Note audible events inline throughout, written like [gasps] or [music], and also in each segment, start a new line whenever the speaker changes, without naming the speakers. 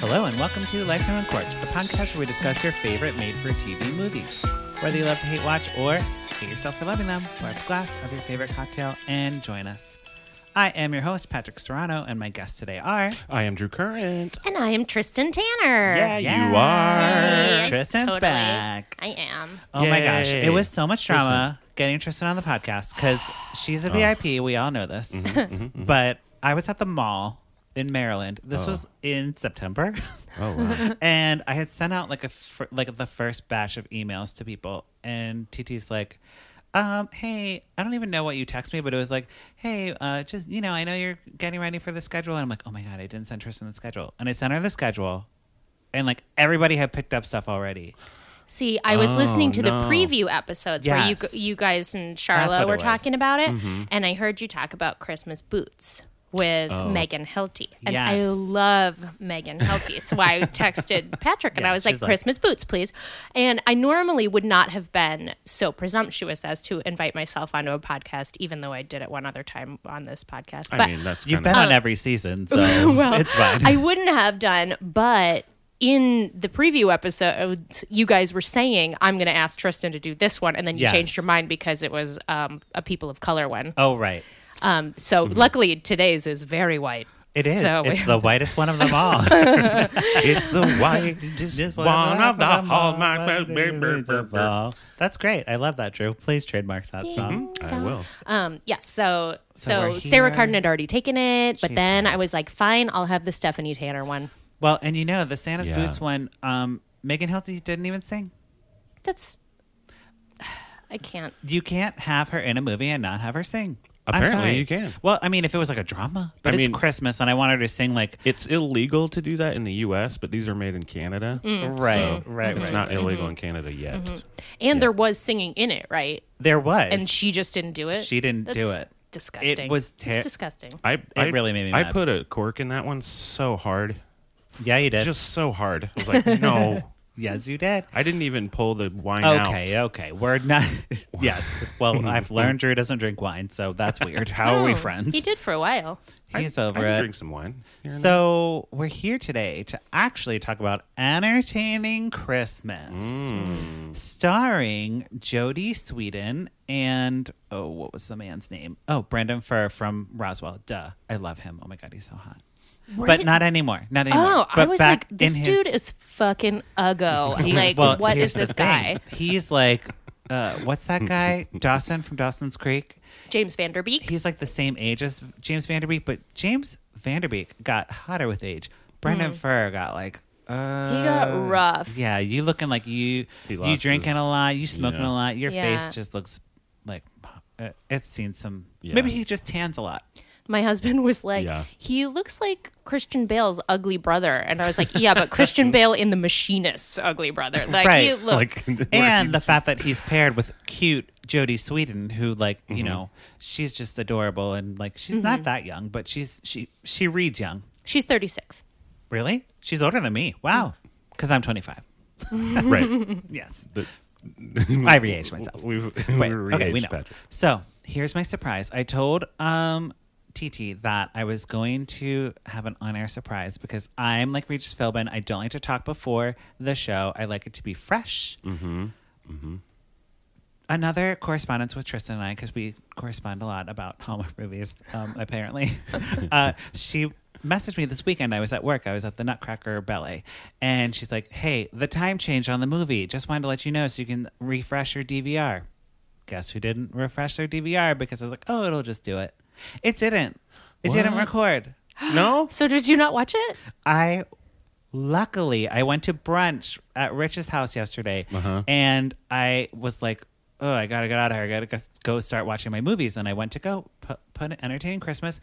Hello, and welcome to Lifetime on Quartz, the podcast where we discuss your favorite made for TV movies. Whether you love to hate watch or hate yourself for loving them, pour up a glass of your favorite cocktail and join us. I am your host, Patrick Serrano, and my guests today are.
I am Drew Current.
And I am Tristan Tanner.
you are.
Yes,
Tristan's
totally.
back.
I am.
Oh my gosh,
Yay.
it was so much drama getting Tristan on the podcast because she's a VIP. We all know this. But I was at the mall in Maryland. This was in September. [laughs]
Oh, wow.
and I had sent out like a fir- like the first batch of emails to people, and TT's like, um, "Hey, I don't even know what you text me, but it was like, hey, uh, just you know, I know you're getting ready for the schedule." And I'm like, "Oh my god, I didn't send Tristan the schedule," and I sent her the schedule, and like everybody had picked up stuff already.
See, I was
Oh,
listening to the
no.
preview episodes where you
Yes.
g- you guys
what
and
it
Charlotte were
was. Mm-hmm.
talking about it, and I heard you talk about Christmas boots with Megan Hilty, and I
Oh. Yes.
love Megan Hilty.
[laughs]
So I texted Patrick, and
Yeah,
I was like,
she's like-
"Christmas boots, please." And I normally would not have been so presumptuous as to invite myself onto a podcast, even though I did it one other time on this podcast.
[laughs] I
but
mean, that's
You've
kind
been
of.
on every season, so it's fine.
I wouldn't have done, but in the preview episode, you guys were saying, I'm going to ask Tristan to do this one. And then you
Yes.
changed your mind because it was um, a people of color one.
oh right,
Um, so
mm-hmm.
luckily, today's is very white.
it is.
So
it's the whitest one of
[laughs]
them all. [laughs]
It's the whitest one of the hallmark.
That's great. I love that, Drew. Please trademark that song.
I will.
Um, yeah. So,
So
so,
we're
Sarah
here.
Cardin had already taken it, but then I was like, fine, I'll have the Stephanie Tanner one.
Well, and you know the Santa's
Yeah.
boots one. Um, Megan Hilty didn't even sing.
That's. [sighs] I can't.
You can't have her in a movie and not have her sing. I'm
Apparently
sorry.
you can.
Well, I mean, if it was like a drama, but
I
it's
mean-
Christmas, and I want her to sing like
It's illegal to do that in the U.S., but these are made in Canada.
right,
Mm-hmm.
Mm. right,
It's
right. Mm-hmm.
not illegal in Canada yet.
And there was singing in it, right?
There was,
And she just didn't do it.
She didn't do it. It
Disgusting.
was
it's
ter-
disgusting.
I, I
really made me
I
mad.
put a cork in that one so hard,
yeah, you did.
just so hard. I was like,
[laughs]
no,
yes, you did.
I didn't even pull the wine out.
Okay, okay. We're not. [laughs] yes.
[laughs]
Well, I've learned Drew doesn't drink wine, so that's weird. How are we
Oh,
friends?
He did for a while.
He's
I
over
can
it.
drink some wine. here and
So we're here today to actually talk about entertaining Christmas,
Mm.
starring Jodie Sweden and oh, what was the man's name? Oh, Brandon Fur from Roswell. Duh, I love him. Oh my god, he's so hot. But not anymore. Not anymore.
Oh, I
But
was
back
like, this
in his-
dude is fucking
[laughs]
uggo.
He-
like,
well,
what
here's
is
the
this
thing.
guy?
He's like, uh, what's that guy? Dawson from Dawson's Creek.
James Vanderbeek.
he's like the same age as James Vanderbeek, but James Vanderbeek got hotter with age. Brendan Furr got like uh,
Mm. got rough.
Yeah, you looking like you
He
you
lost
drinking
his-
a lot, you smoking
yeah.
a lot. Your
Yeah.
face just looks like uh, it's seen some.
Yeah.
Maybe he just tans a lot.
My husband was like,
Yeah.
he looks like Christian Bale's ugly brother. And I was like, yeah,
[laughs]
but Christian Bale in The Machinist's ugly brother. Like, he
Right.
look,
Like, [laughs]
And the fact that he's paired with cute Jodie Sweden, who like
Mm-hmm.
you know she's just adorable and like she's not that young, but she's she she reads young.
she's 36.
Really, she's older than me. Wow, because I'm 25.
right.
Yes,
The-
[laughs] I re-aged myself.
We've,
Wait,
[laughs] we
okay, we
re-aged
know.
Patrick.
So here's my surprise. I told um TT that I was going to have an on-air surprise because I'm like Regis Philbin. I don't like to talk before the show. I like it to be fresh. Mm-hmm. Mm-hmm. Another correspondence with Tristan and I because we correspond a lot about Hallmark [laughs] movies. Um, apparently, uh, she messaged me this weekend. I was at work. I was at the Nutcracker Ballet, and she's like, "Hey, the time changed on the movie. Just wanted to let you know so you can refresh your DVR." guess who didn't refresh their DVR because I was like, oh, it'll just do it. It didn't. It didn't
What?
record.
No?
So did you not watch it?
I luckily I went to brunch at Rich's house yesterday, and I was like, oh, I gotta get out of here. I gotta go- go start watching my movies. And I went to go put, put an entertaining Christmas.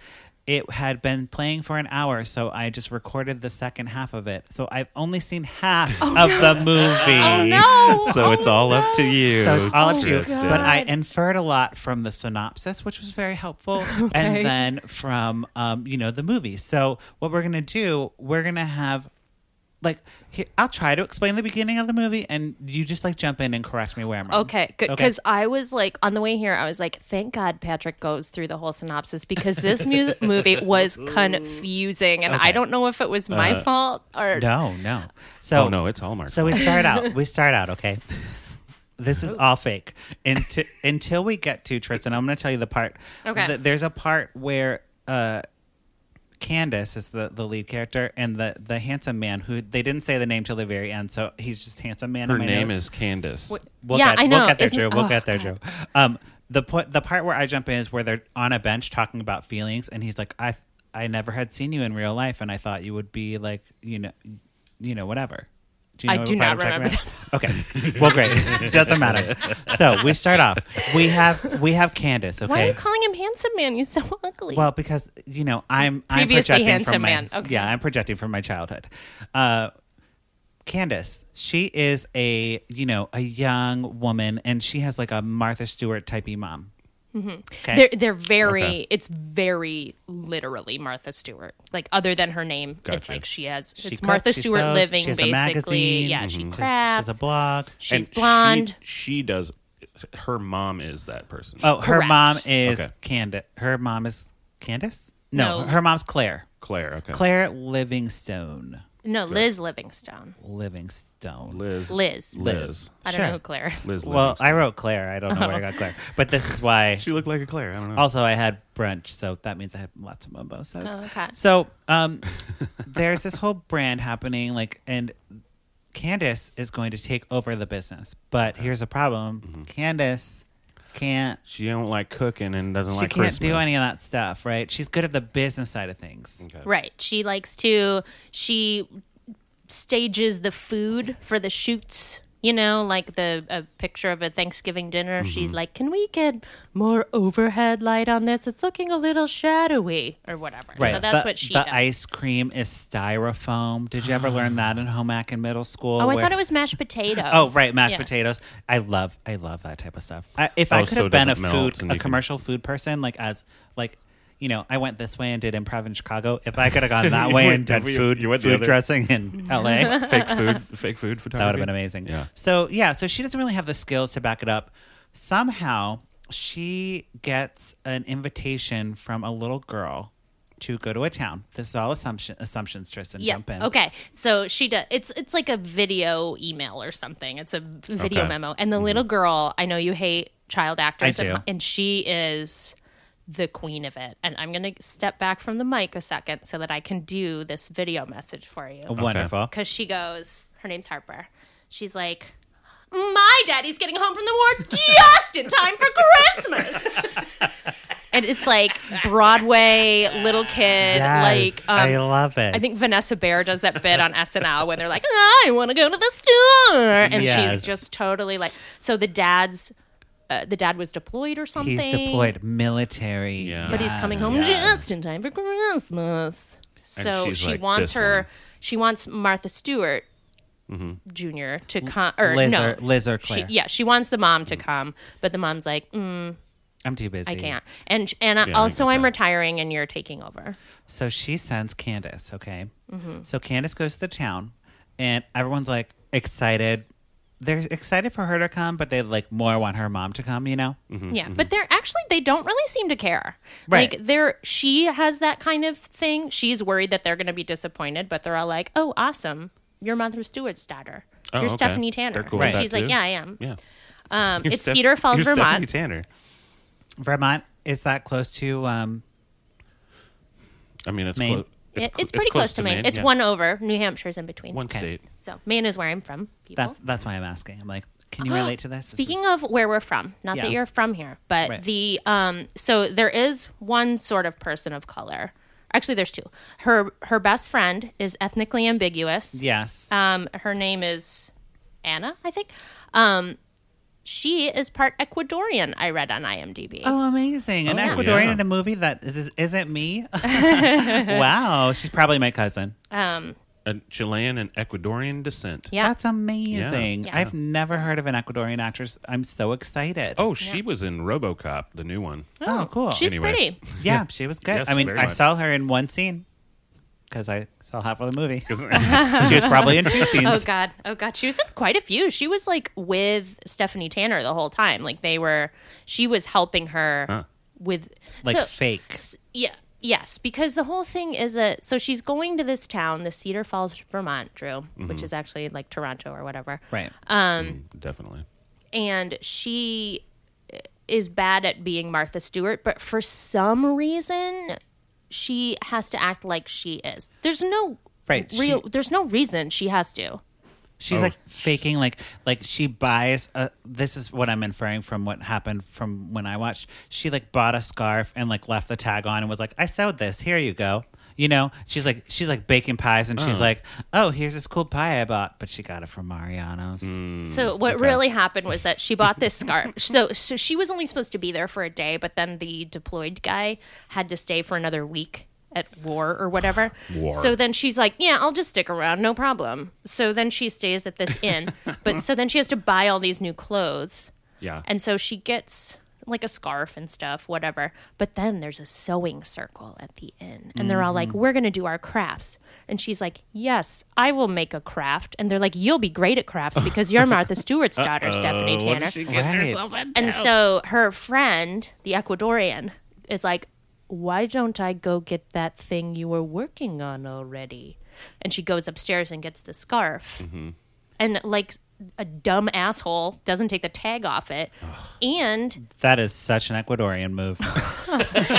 It had been playing for an hour, so I just recorded the second half of it. So I've only seen half of the
[laughs]
movie.
Oh,
[laughs]
no.
So
Oh,
it's all
no.
up to you.
So it's all up to you.
Tristan.
Oh,
But I inferred a lot from the synopsis, which was very
[laughs]
helpful, and then from um, you know the movie. So what we're gonna do, we're gonna have like here, I'll try to explain the beginning of the movie, and you just like jump in and correct me where I'm wrong.
Okay, good. Because I was like, on the way here, I was like, thank God Patrick goes through the whole synopsis because
[laughs]
this mu- movie was confusing. And I don't know if it was my fault or.
Uh, No, no. So
Oh, no, it's Hallmark.
So we start out.
[laughs]
We start out. Okay. This is all fake. Until until we get to Tristan, I'm going to tell you the part.
Okay.
th- there's a part where uh, Candace is the, the lead character, and the the handsome man who they didn't say the name till the very end, so he's just handsome man.
Her
in my
name
notes.
is Candace.
We'll
yeah,
get,
I know.
We'll get there,
Isn't-
Drew. We'll
oh,
get there,
God.
Drew. Um, the point, the part where I jump in is where they're on a bench talking about feelings, and he's like, "I, I never had seen you in real life, and I thought you would be like, you know, you know, whatever." Do
I
what
do
part
not
I'm talking
remember
about? Okay. Well, great. Doesn't matter. So we start off. We have we have Candace. Okay.
Why are you calling him handsome man? He's so [laughs] ugly.
Well, because you know, I'm I'm
Previously
projecting
handsome
from my,
man. Okay.
yeah, I'm projecting from my childhood. Uh, Candace, she is a you know a young woman, and she has like a Martha Stewart typey mom. Okay,
they're, they're very, it's very literally Martha Stewart. Like, other than her name, it's
Gotcha.
like she has, it's
She cooks,
Martha
she
Stewart
sews,
living,
she has a
basically.
magazine, mm-hmm.
Yeah, she
Mm-hmm.
She's-
crafts.
She has a blog.
she's
And she-
blonde.
She, does. Her mom is that person.
Oh, her
Correct.
mom is
Okay.
Candace. Her mom is Candace. No,
No.
her mom's Claire.
Claire. Okay.
Claire Livingstone.
no, Liz Livingstone.
Livingstone.
Liz.
Liz.
Liz.
I don't
Sure.
know who Claire is.
Liz
well,
Livingston.
I wrote Claire. I don't know where I got Claire, but this is why
She looked like a Claire. I don't know.
Also, I had brunch, so that means I had lots of mimosas.
Oh, okay.
So,
[laughs]
um, there's this whole brand happening, like, and Candace is going to take over the business. But here's a problem:
Mm-hmm.
Candace can't.
she don't like cooking and doesn't
She
like
can't
Christmas. Mm.
do any of that stuff, right? She's good at the business side of things.
Okay.
Right. She likes to she stages the food for the shoots. You know, like the a picture of a Thanksgiving dinner.
Mm-hmm.
She's like, "Can we get more overhead light on this? It's looking a little shadowy, or whatever."
Right.
So that's
the,
what she
The
does.
ice cream is styrofoam. Did you ever learn
Ah.
that in home ec in middle school?
oh, I
where-
thought it was mashed potatoes.
Oh right, mashed
Yeah.
potatoes. I love I love that type of stuff. I, if
Oh,
I could
so
have
it
been a
doesn't melt
food
and
a
you can-
commercial food person, like as like you know, I went this way and did improv in Chicago. If I could have
[laughs]
gone that
You
way
went
and done
that way,
food
you went the
food
other-
dressing in
[laughs]
LA,
[laughs] Fake food. Fake food photography.
[laughs] that would have been amazing.
Yeah.
So yeah, so she doesn't really have the skills to back it up. Somehow she gets an invitation from a little girl to go to a town. This is all assumption assumptions, Tristan.
Yeah.
Jump in.
Okay. So she does. It's it's like a video email or something. It's a video
Okay.
memo. And the little girl, I know you hate child actors,
Mm-hmm. I
and-
do.
and she is the queen of it. And I'm gonna step back from the mic a second so that I can do this video message for
Oh,
you.
Wonderful.
Because she goes, her name's Harper. She's like. My daddy's getting home from the war just in time for Christmas.
[laughs]
and it's like Broadway little kid,
Yes,
like um,
I love it.
I think Vanessa Bayer does that bit on SNL when they're like, "Ah, "I want to go to the store," and
Yes.
she's just totally like. So the dad's, uh, the dad was deployed or something.
He's deployed military.
Yeah.
but he's coming home
Yes.
just in time for Christmas. So
she's
she
like,
wants
"This
her,
one."
she wants Martha Stewart
Mm-hmm.
Junior to come, or
Liz
no,
or- Liz or
She,
Claire.
yeah, she wants the mom
Mm.
to come, but the mom's like, mm,
I'm too busy.
I can't. And and
can
also, I'm
tell.
retiring, and you're taking over.
So she sends Candace, okay?
Mm-hmm.
So Candace goes to the town and everyone's like excited. They're excited for her to come, but they like more want her mom to come, you know?
Yeah, but they're actually they don't really seem to care.
Right.
Like they're she has that kind of thing. She's worried that they're going to be disappointed, but they're all like, "Oh, awesome! You're Martha Stewart's daughter.
Oh,
you're
okay.
Stephanie Tanner."
They're cool
with
And
that
she's like,
too?
"Yeah, I am."
Yeah.
Um,
You're
it's
Steph-
Cedar Falls,
you're Stephanie
Vermont.
Tanner. Mm-hmm.
Vermont is that close to um
I mean, it's
Maine.
close.
It- It's, pretty close, to Maine. It's
yeah.
one over. New Hampshire's in between.
One
Okay.
state.
So Maine is where I'm from. People.
that's that's why I'm asking. I'm like, can you relate to this? This
Speaking
is-
of where we're from, not
Yeah.
that you're from here, but
Right.
the um so there is one sort of person of color. Actually, there's two. Her her best friend is ethnically ambiguous.
Yes.
Um, her name is Anna, I think. Um, she is part Ecuadorian. I read on IMDb.
Oh, amazing! An
Oh,
Ecuadorian
yeah.
in a movie that is, isn't
[laughs]
me. [laughs] wow, she's probably my cousin.
A Chilean and Ecuadorian descent.
Yeah.
That's amazing.
Yeah.
I've never heard of an Ecuadorian actress. I'm so excited.
Oh, she was in RoboCop, the new one.
oh cool.
She's
Anyway.
pretty.
Yeah, she was good.
Yes,
I mean,
very
I
much.
saw her in one scene. because I saw half of the movie. she was probably in two scenes.
[laughs] Oh God! Oh God! She was in quite a few. She was like with Stephanie Tanner the whole time. Like they were. She was helping her with
like
so-
fake.
s- Yeah. Yes, because the whole thing is that so she's going to this town, the Cedar Falls, Vermont, Drew, which is actually like Toronto or whatever.
Right.
Definitely.
and she is bad at being Martha Stewart, but for some reason she has to act like she is. There's no
Right,
real
she-
there's no reason she has to.
She's
Oh.
like faking, like like she buys. A, this is what I'm inferring from what happened from when I watched. She like bought a scarf and like left the tag on and was like, "I sewed this. Here you go." You know, she's like she's like baking pies and she's like, "Oh, here's this cool pie I bought," but she got it from Mariano's.
Hmm.
So what really happened was that she
[laughs]
bought this scarf. So so she was only supposed to be there for a day, but then the deployed guy had to stay for another week at war or whatever.
War.
So then she's like, "Yeah, I'll just stick around, no problem." So then she stays at this inn, but so then she has to buy all these new clothes.
Yeah.
And so she gets like a scarf and stuff, whatever. But then there's a sewing circle at the end, and they're all like, "We're gonna do our crafts," and she's like, "Yes, I will make a craft," and they're like, "You'll be great at crafts because you're Martha Stewart's daughter, Stephanie Tanner." and so her friend, the Ecuadorian, is like, "Why don't I go get that thing you were working on already?" And she goes upstairs and gets the scarf and like a dumb asshole doesn't take the tag off it and
That is such an Ecuadorian
[laughs]
move.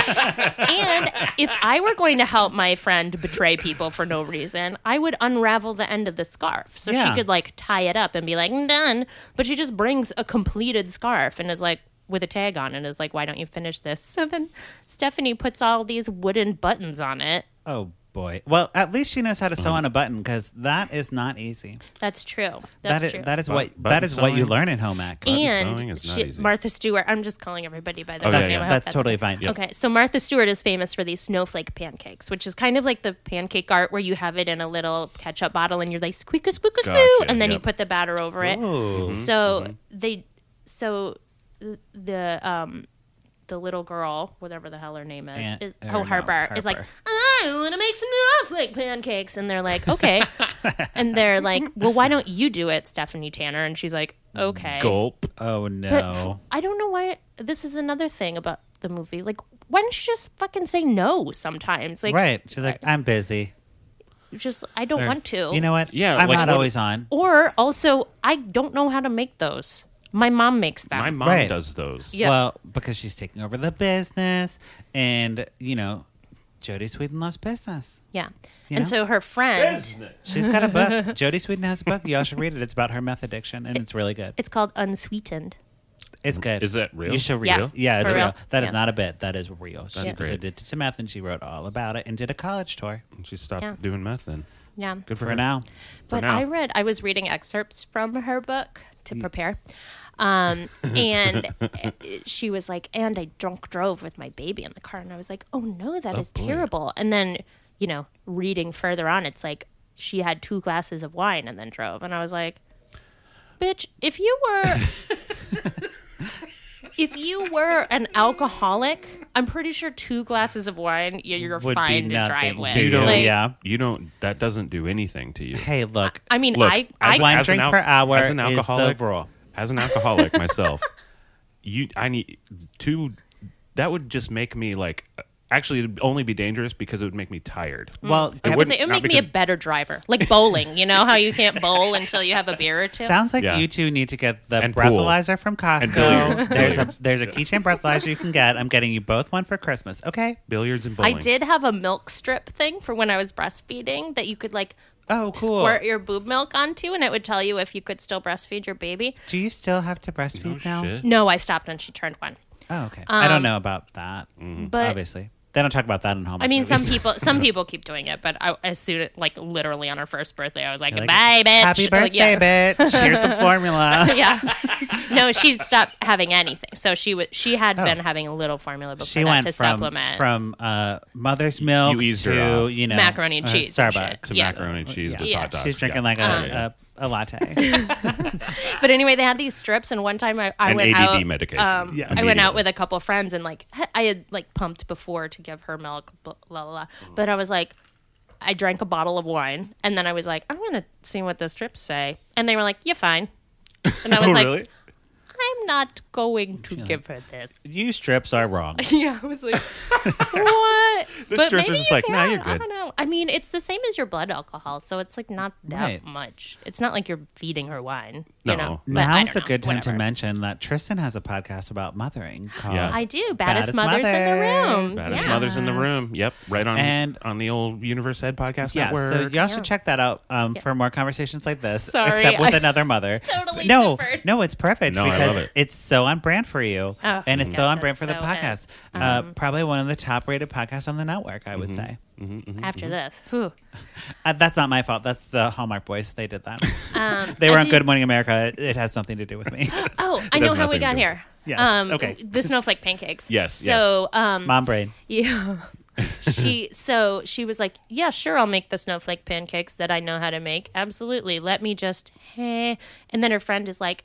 and if i were going to help my friend betray people for no reason i would unravel the end of the scarf so
Yeah.
she could like tie it up and be like done but she just brings a completed scarf and is like with a tag on and is like why don't you finish this so then stephanie puts all these wooden buttons on it
oh boy. Well, at least she knows how to
Mm-hmm.
sew on a button because that is not easy.
that's true
That
that's
is
true
that is
Bu-
what that
button
is what you
sewing?
learn in home ec.
Button sewing
and
is not
she-
easy.
Martha Stewart. I'm just calling everybody by their
Oh, yeah,
name.
yeah.
I hope
That's totally
okay.
fine. Yep.
Okay, so Martha Stewart is famous for these snowflake pancakes, which is kind of like the pancake art where you have it in a little ketchup bottle and you're like squeak a squeak a squeak,
Gotcha,
and then you
yep. Oh. Mm-hmm.
put the batter over it.
Ooh.
So they, so th- the um, the little girl, whatever the hell her name is,
Aunt-
is
or
oh
no,
Harper, is like
Harper.
I want to make snowflake pancakes, and they're
[laughs]
like okay, and they're like, well, why don't you do it, Stephanie Tanner? And she's like, okay,
Gulp.
Oh no.
but f- I don't know why. This is another thing about the movie. Like, why don't you just fucking say no sometimes? Like,
right. She's like, I'm busy.
just I don't
Or,
want to. Oh,
You know what?
Yeah,
I'm
like,
not
what-
always on.
Or also, I don't know how to make those. My mom makes them.
My mom
Right.
does those.
Yeah.
Well, because she's taking over the business, and you know, Jodie Sweden loves business.
yeah.
You
And
know?
so her friend.
She's got a
[laughs]
book. Jodie Sweden has a book. Y'all should read it. It's about her meth addiction, and it's really good.
It's called Unsweetened.
It's good.
Is that real?
You should read
Yeah.
it. Yeah, it's
For
real.
real.
That is
Yeah.
not a bit. That is real. she
Yeah.
was
great.
addicted to meth, and she wrote all about it, and did a college tour
She stopped
Yeah.
doing meth then.
Yeah.
Good for,
for
her.
now. Mm.
But
now.
I read, I was reading excerpts from her book to prepare.
[laughs]
Um, and uh, she was like, and I drunk drove with my baby in the car. And I was like, oh no, that is
boy.
terrible. And then, you know, reading further on, it's like she had two glasses of wine and then drove. And I was like, bitch, if you were.
[laughs]
If you were an alcoholic, I'm pretty sure two glasses of wine y- you're
Would be
fine to drive
nothing.
with.
You
don't-
Like,
yeah.
You don't. That doesn't do anything to you.
Hey, look.
I mean,
Look,
I,
as,
I
Wine
as an
drink
al-
per hour
as an
is the
alcoholic,
rule.
As
[laughs]
an alcoholic myself, you I need two. That would just make me like. Actually, it'd only be dangerous because it would make me tired.
well,
I
Kevin-
was
wouldn't-
gonna say, it would
not
make me
because-
a better driver. Like bowling, you know how you can't bowl until you have a beer or two?
Sounds like
Yeah.
you two need to get the
And pool.
breathalyzer from Costco. there's
billiards. Billiards.
a there's a keychain breathalyzer you can get. I'm getting you both one for Christmas. Okay.
Billiards and
I
bowling.
did have a milk strip thing for when I was breastfeeding that you could like
Oh, cool.
squirt your boob milk onto and it would tell you if you could still breastfeed your baby.
Do you still have to
Oh,
breastfeed now?
shit.
No, I stopped when she turned one.
Oh, okay. I don't know about that.
Um,
Mm-hmm.
But
Obviously, they don't talk about that in home.
I mean,
[laughs]
some
[laughs] movies.
people some people keep doing it, but I, as soon like literally on her first birthday, I was like,
They're like,
"Bye, bitch!"
Happy birthday,
Like, yeah.
bitch.
[laughs]
Here's the formula.
yeah. No, she stopped having anything. So she was she had been having a little formula before
Oh. She
that
went
to
from
supplement.
from uh, mother's milk
eased her
to
off.
you know
Macaroni and
uh,
cheese and shit.
Starbucks.
To
Yeah.
macaroni and cheese with
Yeah. Um,
hot dogs.
She's drinking
yeah.
like a, a a
[laughs]
latte.
But anyway, they had these strips, and one time I, I
And
went
ADD
out.
medication.
Um,
Yeah.
I went out
Immediately.
with a couple
Mm.
friends, and like I had like pumped before to give her milk, blah blah blah. But I was like, I drank a bottle of wine, and then I was like, I'm gonna see what the strips say, and they were like, "You're fine,"
[laughs]
and I was
oh,
like,
really?
"I'm not going to give her this." [laughs]
You strips are wrong.
Yeah,
[laughs]
I was like, "What?"
The strips are just like, "Nah, you're
I
good."
don't know. I mean, it's the same as your blood alcohol, so it's like not that
Right.
much. It's not like you're feeding her wine.
No.
You know? But I
Now's
don't
a
know.
good time to
Whatever.
mention that Tristan has a podcast about mothering called
Yeah.
I do.
Baddest
Baddest, mothers, in the
mothers.
room.
Baddest
yeah.
mothers in the room. Yep, right on
And-
on the old Universe Head podcast
Yeah,
network.
so y'all should check that out um,
Yeah.
for more conversations like this.
Sorry,
except with
I
another mother.
[laughs] totally
no,
differed.
no, it's perfect
No, I
because
love it.
it's so on brand for you,
Oh,
and it's
Mhm.
so on
gosh,
brand for the
that's so Mm-hmm.
podcast. Uh, probably one of the top-rated podcasts on the network, I would
Mm-hmm.
say.
After this, Whew.
Uh, that's not my fault. That's the Hallmark boys. They did that.
[laughs] Um,
they were
I
on
did-
Good Morning America. It, it has something to do with
[gasps]
me.
Oh, I know
doesn't
how
have
we
to
got
do-
here.
Yes,
Um,
okay.
The snowflake pancakes.
[laughs] Yes,
So, um, [laughs]
Mom brain.
Yeah. she so she was like, "Yeah, sure, I'll make the snowflake pancakes that I know how to make. Absolutely. Let me just hey." And then her friend is like,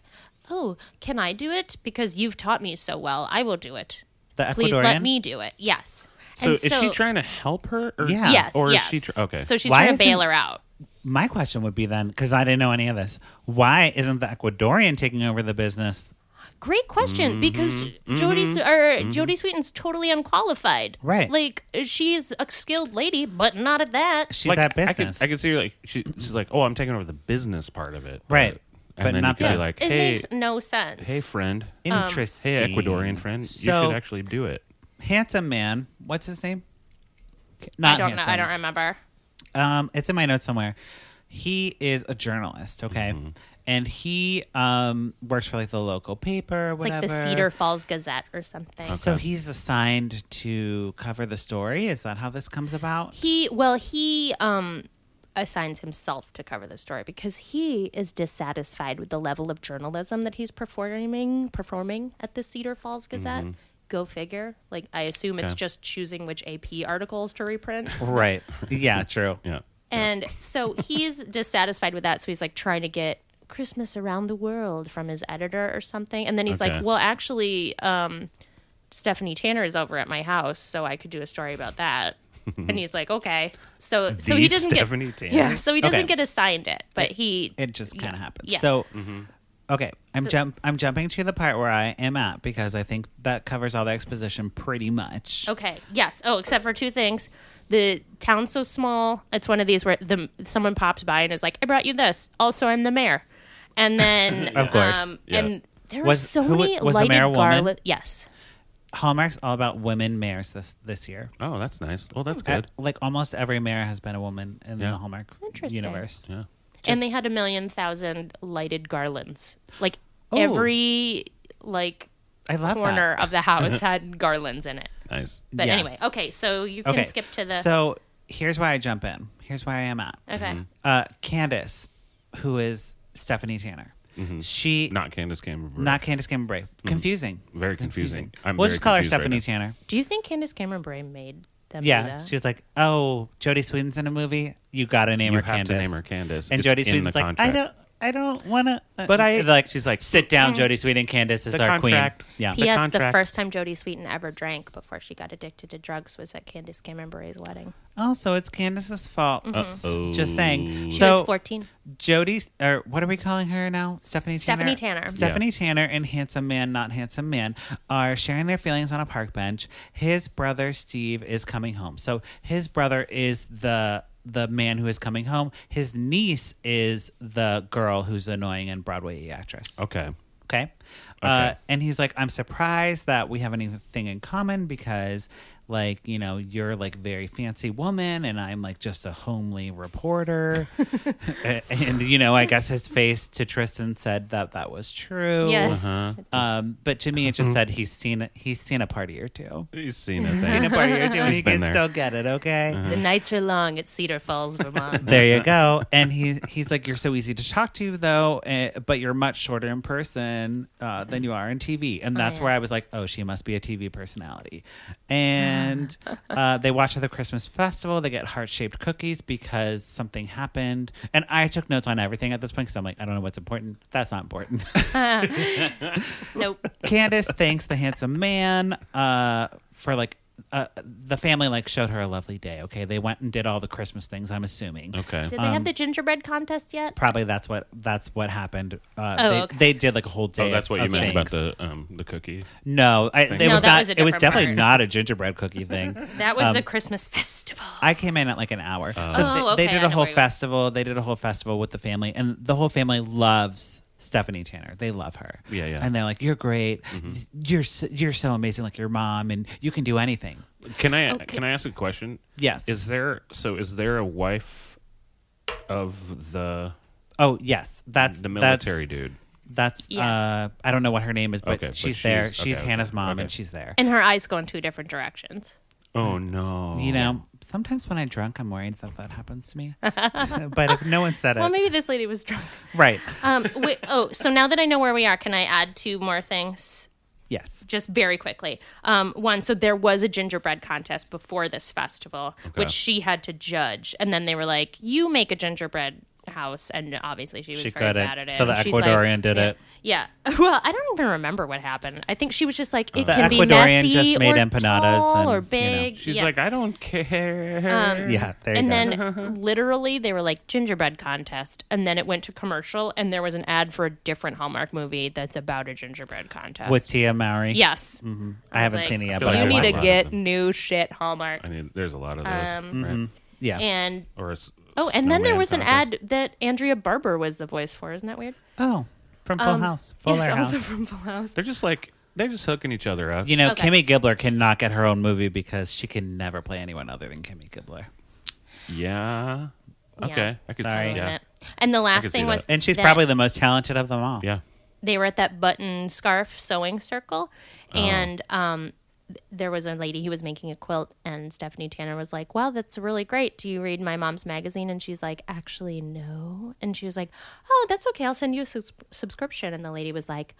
"Oh, can I do it? Because you've taught me so well. I will do it.
The
Please
Ecuadorian.
let me do it." Yes.
So is she trying to help her? Or,
Yeah.
Yes.
Or
yes.
is she? Tr- okay.
So she's
Why
trying to bail
isn't-
her out.
My question would be then, because I didn't know any of this. Why isn't the Ecuadorian taking over the business?
Great question
Mm-hmm.
because Jody Su- or Jody Sweeten's totally unqualified.
Right.
Like she's a skilled lady, but not at that.
She's that
I-
business.
I could, I could see like she, she's like, oh, I'm taking over the business part of it,
Right.
and
But
then
not
you could
the-
be like,
it
hey,
makes no sense.
hey, friend, hey,
Um,
Interesting.
Ecuadorian friend, you
So-
should actually do it.
handsome man. What's his name? Not
I don't know.
handsome.
I don't remember.
Um, it's in my notes somewhere. He is a journalist, okay,
Mm-hmm.
and he um works for like the local paper,
It's
whatever.
like the Cedar Falls Gazette or something.
So he's assigned to cover the story. Is that how this comes about?
He well he um assigns himself to cover the story because he is dissatisfied with the level of journalism that he's performing performing at the Cedar Falls Gazette. Go figure. Like I assume it's
Mm-hmm. Okay.
just choosing which AP articles to reprint.
right.
[laughs]
Yeah. True.
Yeah.
And so
[laughs]
he's dissatisfied with that. So he's like trying to get Christmas around the world from his editor or something. And then he's
Okay.
like, well, actually, um, Stephanie Tanner is over at my house, so I could do a story
[laughs]
about that. and he's like, okay. So so he
The
doesn't
Stephanie
get
Tanner?
yeah. So he doesn't
Okay.
get assigned it, but he
It just kind of happens.
Yeah.
So.
Mm-hmm.
Okay, I'm jump. I'm jumping to the part where I am at because I think that covers all the exposition pretty much.
Okay. Yes. Oh, except for two things. The town's so small. It's one of these where the someone pops by and is like, "I brought you this." Also, I'm the mayor. And
[laughs]
then,
Of course.
um,
Yeah.
and there were
Was-
so
who wa-
many
was the
lighted
mayor a woman?
garlic. Yes.
Hallmark's all about women mayors this this year.
Oh, that's nice. Well, that's
Uh,
good.
like almost every mayor has been a woman in
Yeah.
the Hallmark
Interesting.
universe.
Yeah.
and they had a million thousand lighted garlands. Like
Oh.
every like
I love
corner
that.
of the
[laughs]
house had garlands in it.
Nice.
But
Yes.
anyway, okay. So you can
Okay,
skip to the
So here's where I jump in. Here's where I am at.
okay.
Uh, Candace, who is Stephanie Tanner, she not,
Mm-hmm. Not Candace Cameron.
Candace Cameron Bray. Confusing.
Very confusing. I'm
we'll
very
just call her
confused right
Stephanie
now.
Tanner.
Do you think Candace Cameron Bray made them do
Yeah,
that?
she's like, oh, Jodie Sweetin's in a movie. You got to name
You
her
have
Candace.
to name her Candace.
And
It's
Jodie
in
Sweetin's
the
like, I
contract.
don't, I don't want to.
But I-
like,
she's like, "Mm,
sit down, Jodie Sweetin. Candace is
The
our
contract.
queen. Yeah,
The
P.S. The
contract.
first time Jodie Sweetin ever drank before she got addicted to drugs was at Candace Cameron Bure's wedding.
Oh, so it's Candace's fault.
Uh-oh.
Just saying.
She
so
was 14.
Jody, or what are we calling her now? Stephanie Tanner.
Stephanie Tanner.
Stephanie Tanner and handsome man, not handsome man, are sharing their feelings on a park bench. His brother Steve is coming home. So his brother is the the man who is coming home. His niece is the girl who's annoying and Broadway actress.
Okay.
Okay. Uh,
Okay.
and he's like, I'm surprised that we have anything in common because, like, you know, you're like very fancy woman and I'm like just a homely
[laughs]
reporter. A- and, you know, I guess his face to Tristan said that that was true.
Yes.
Uh-huh.
Um, but to me, it just said he's seen it. He's seen a party or two.
He's seen
[laughs]
it.
Seen
[laughs]
a party or two, and
He's
he
been
can
there. Uh-huh.
still get it. Okay.
The nights are long at Cedar
[laughs]
Falls, Vermont.
There you go. And he he's like, you're so easy to talk to though, eh, but you're much shorter in person uh, than you are in TV. And that's
yeah.
where I was like, oh, she must be a TV personality. And uh, they watch at the Christmas festival. They get heart shaped cookies because something happened. And I took notes on everything at this point because I'm like, I don't know what's important. That's not important. [laughs]
nope.
Candace thanks the handsome man uh, for like uh, the family like showed her a lovely day. Okay, they went and did all the Christmas things. I'm assuming.
Okay.
Did they
Um,
have the gingerbread contest yet?
Probably that's what that's what happened. Uh,
Oh,
they,
okay.
they did like a whole day.
Oh, that's what
of
you meant about
things.
the um, the cookie.
No, I,
thing.
it
No,
was
that
not.
was a
it was
different
definitely
part.
not a gingerbread cookie thing.
That was
Um,
the Christmas [laughs] festival.
I came in at like an hour. So
Oh,
they,
okay,
they
I
did
know
a whole
where you went.
festival. They did a whole festival with the family, and the whole family loves Stephanie Tanner. They love her.
Yeah, Mm-hmm. yeah.
And they're like, "You're great. You're so, you're so amazing, like your mom, and you can do anything."
Can I
Okay.
can I ask a question?
Yes.
Is there so is there a wife of the
oh yes, that's
the
that's-
military dude?
That's,
Yes.
uh, I don't know what her name is, but
Okay, but
she's
she's-
there.
okay,
She's
okay,
Hannah's mom,
okay.
and she's there.
and her eyes go in two different directions.
Oh no.
you know, sometimes when I'm drunk, I'm worried that that happens to me.
[laughs]
but if no one said it,
Well, maybe this lady was drunk.
right?
Um, wait, oh, so now that I know where we are, can I add two more things?
Yes.
Just very quickly. Um, one, so there was a gingerbread contest before this festival, which she had to judge, and then they were like, "You make a gingerbread house," and obviously she was
She
very
couldn't,
bad at it.
so the
And she's like-
Ecuadorian did
yeah,
it.
Yeah. [laughs] Well, I don't even remember what happened. I think she was just like, "It
Oh, The
can be
Ecuadorian
messy
just made
or
empanadas
tall
and,
or
you know.
big."
She's
Yeah. Um,
like, I don't care.
Yeah. There you
and
go. [laughs]
then literally they were like gingerbread contest and then it went to commercial and there was an ad for a different hallmark movie that's about a gingerbread contest
with Mm. Tia Maury.
yes
I, haven't seen it yet, but
like
I
you
watched
need to
it.
get new shit hallmark
I mean, there's a lot of those. right?
Oh, yeah.
and
Or s-
um, oh and then there
snowman
was an
contest.
ad that andrea barber was the voice for isn't that weird
oh, from Full House, Full
um, Yes,
Air House.
also [laughs] from full house
They're just like they're just hooking each other up.
you know,
Okay.
Kimmy Gibbler cannot get her own movie because she can never play anyone other than Kimmy Gibbler,
yeah.
Yeah.
Okay. I could
Sorry.
see yeah.
and the last
could see
thing was
that.
and she's
that-
probably the most talented of them all.
Yeah.
they were at that button scarf sewing circle and um th- there was a lady who was making a quilt and stephanie tanner was like wow that's really great do you read my mom's magazine and she's like actually no and she was like oh that's okay i'll send you a subs- subscription and the lady was like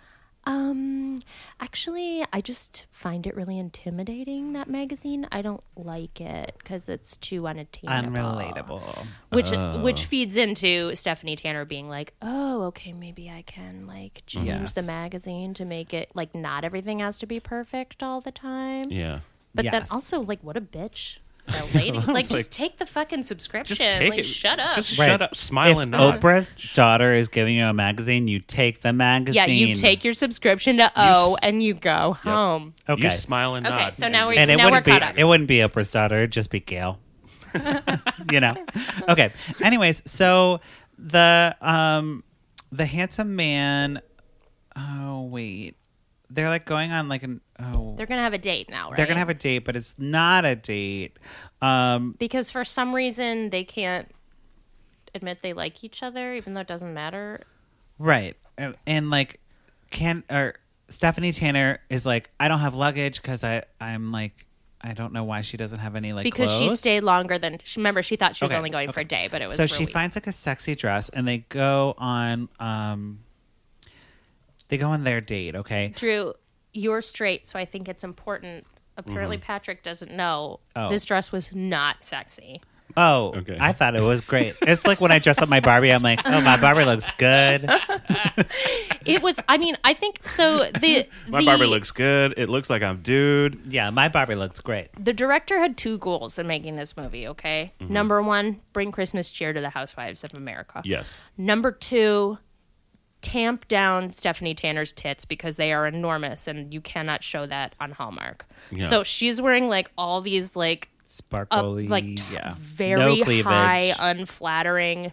um actually i just find it really intimidating that magazine i don't like it because it's too unattainable
Unrelatable.
which which feeds into Stephanie Tanner being like, "Oh, okay, maybe I can like change
Yes.
the magazine to make it like not everything has to be perfect all the time."
Yeah.
But then
Yes.
also like what a bitch. That lady, like, just
like,
take the fucking subscription.
Just take
like,
it.
shut up.
Just
Right.
shut up. Smile
if
and nod.
Oprah's daughter is giving you a magazine, you take the magazine.
yeah, you take your subscription to O
s-
and you go home.
Okay.
You smile and
Okay,
nod.
so now we-
and it
Now
wouldn't
we're
be
caught up.
it wouldn't be Oprah's daughter, it'd just be
[laughs]
Gail. you know. Okay. Anyways, so the um the handsome man oh wait. They're like going on like an oh
They're gonna have a date now, right?
they're gonna have a date, but it's not a date. Um
because for some reason they can't admit they like each other, even though it doesn't matter.
right. And, and like can or Stephanie Tanner is like, I don't have luggage because I I'm like I don't know why she doesn't have any like
because she
clothes.
stayed longer than she, remember she thought she was
Okay,
only going for a day but it was
so
for a
she
week.
finds like a sexy dress and they go on um they go on their date okay
drew you're straight so i think it's important apparently patrick doesn't know
Mm-hmm. Oh.
this dress was not sexy
oh
Okay.
i thought it was great it's like when i dress up my barbie i'm like oh my barbie looks good
it was i mean i think so
[laughs]
the
My
the,
barber looks good. It looks like I'm dude.
yeah my barbie looks great
the director had two goals in making this movie okay
Mm-hmm.
number one bring christmas cheer to the housewives of america
Yes.
Number two, tamp down Stephanie Tanner's tits because they are enormous and you cannot show that on Hallmark.
Yeah.
So she's wearing like all these like up,
sparkly
like t-
yeah
very
no cleavage
high, unflattering,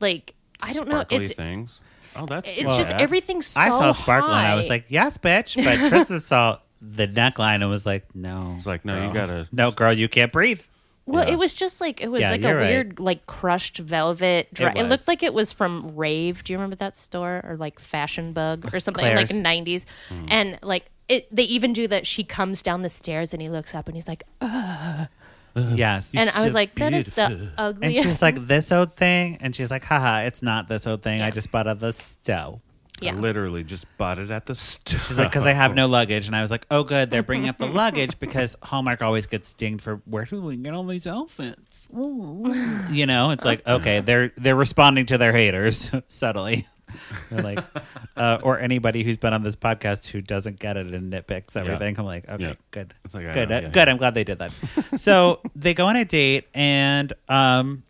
like I don't
Sparkly
know. It's
things. Oh, that's
it's
not
just
bad.
everything's so
i saw sparkle
high.
and i was like yes bitch but tristan [laughs] saw the neckline and was like no
It's like no, you
girl.
gotta.
no girl you can't breathe
Well,
Yeah.
it was just like it was
Yeah,
like a
you're right.
weird like crushed velvet. Dry- it,
was.
looked like it was from Rave. Do you remember that store or like Fashion Bug or something
Claire's.
like nineties?
Hmm.
And like it, they even do that. She comes down the stairs and he looks up and he's like,
yes
and I was
so
like, that is the
beautiful.
And
ugliest.
she's like, this old thing. And she's like, haha, it's not this old thing.
Yeah.
I just bought at the stove.
yeah.
I literally just bought it at the store.
She's like,
[laughs]
because I have no luggage. And I was like, oh, good. They're bringing up the luggage because Hallmark always gets dinged for where do we get all these outfits? Ooh. [laughs] You know, it's like, okay, they're they're responding to their haters subtly. They're like, uh, or anybody who's been on this podcast who doesn't get it and nitpicks everything. I'm like, okay,
Yeah.
good,
It's like, I
good,
know,
uh,
yeah,
good.
yeah.
I'm glad they did that.
[laughs]
so they go on a date, and um,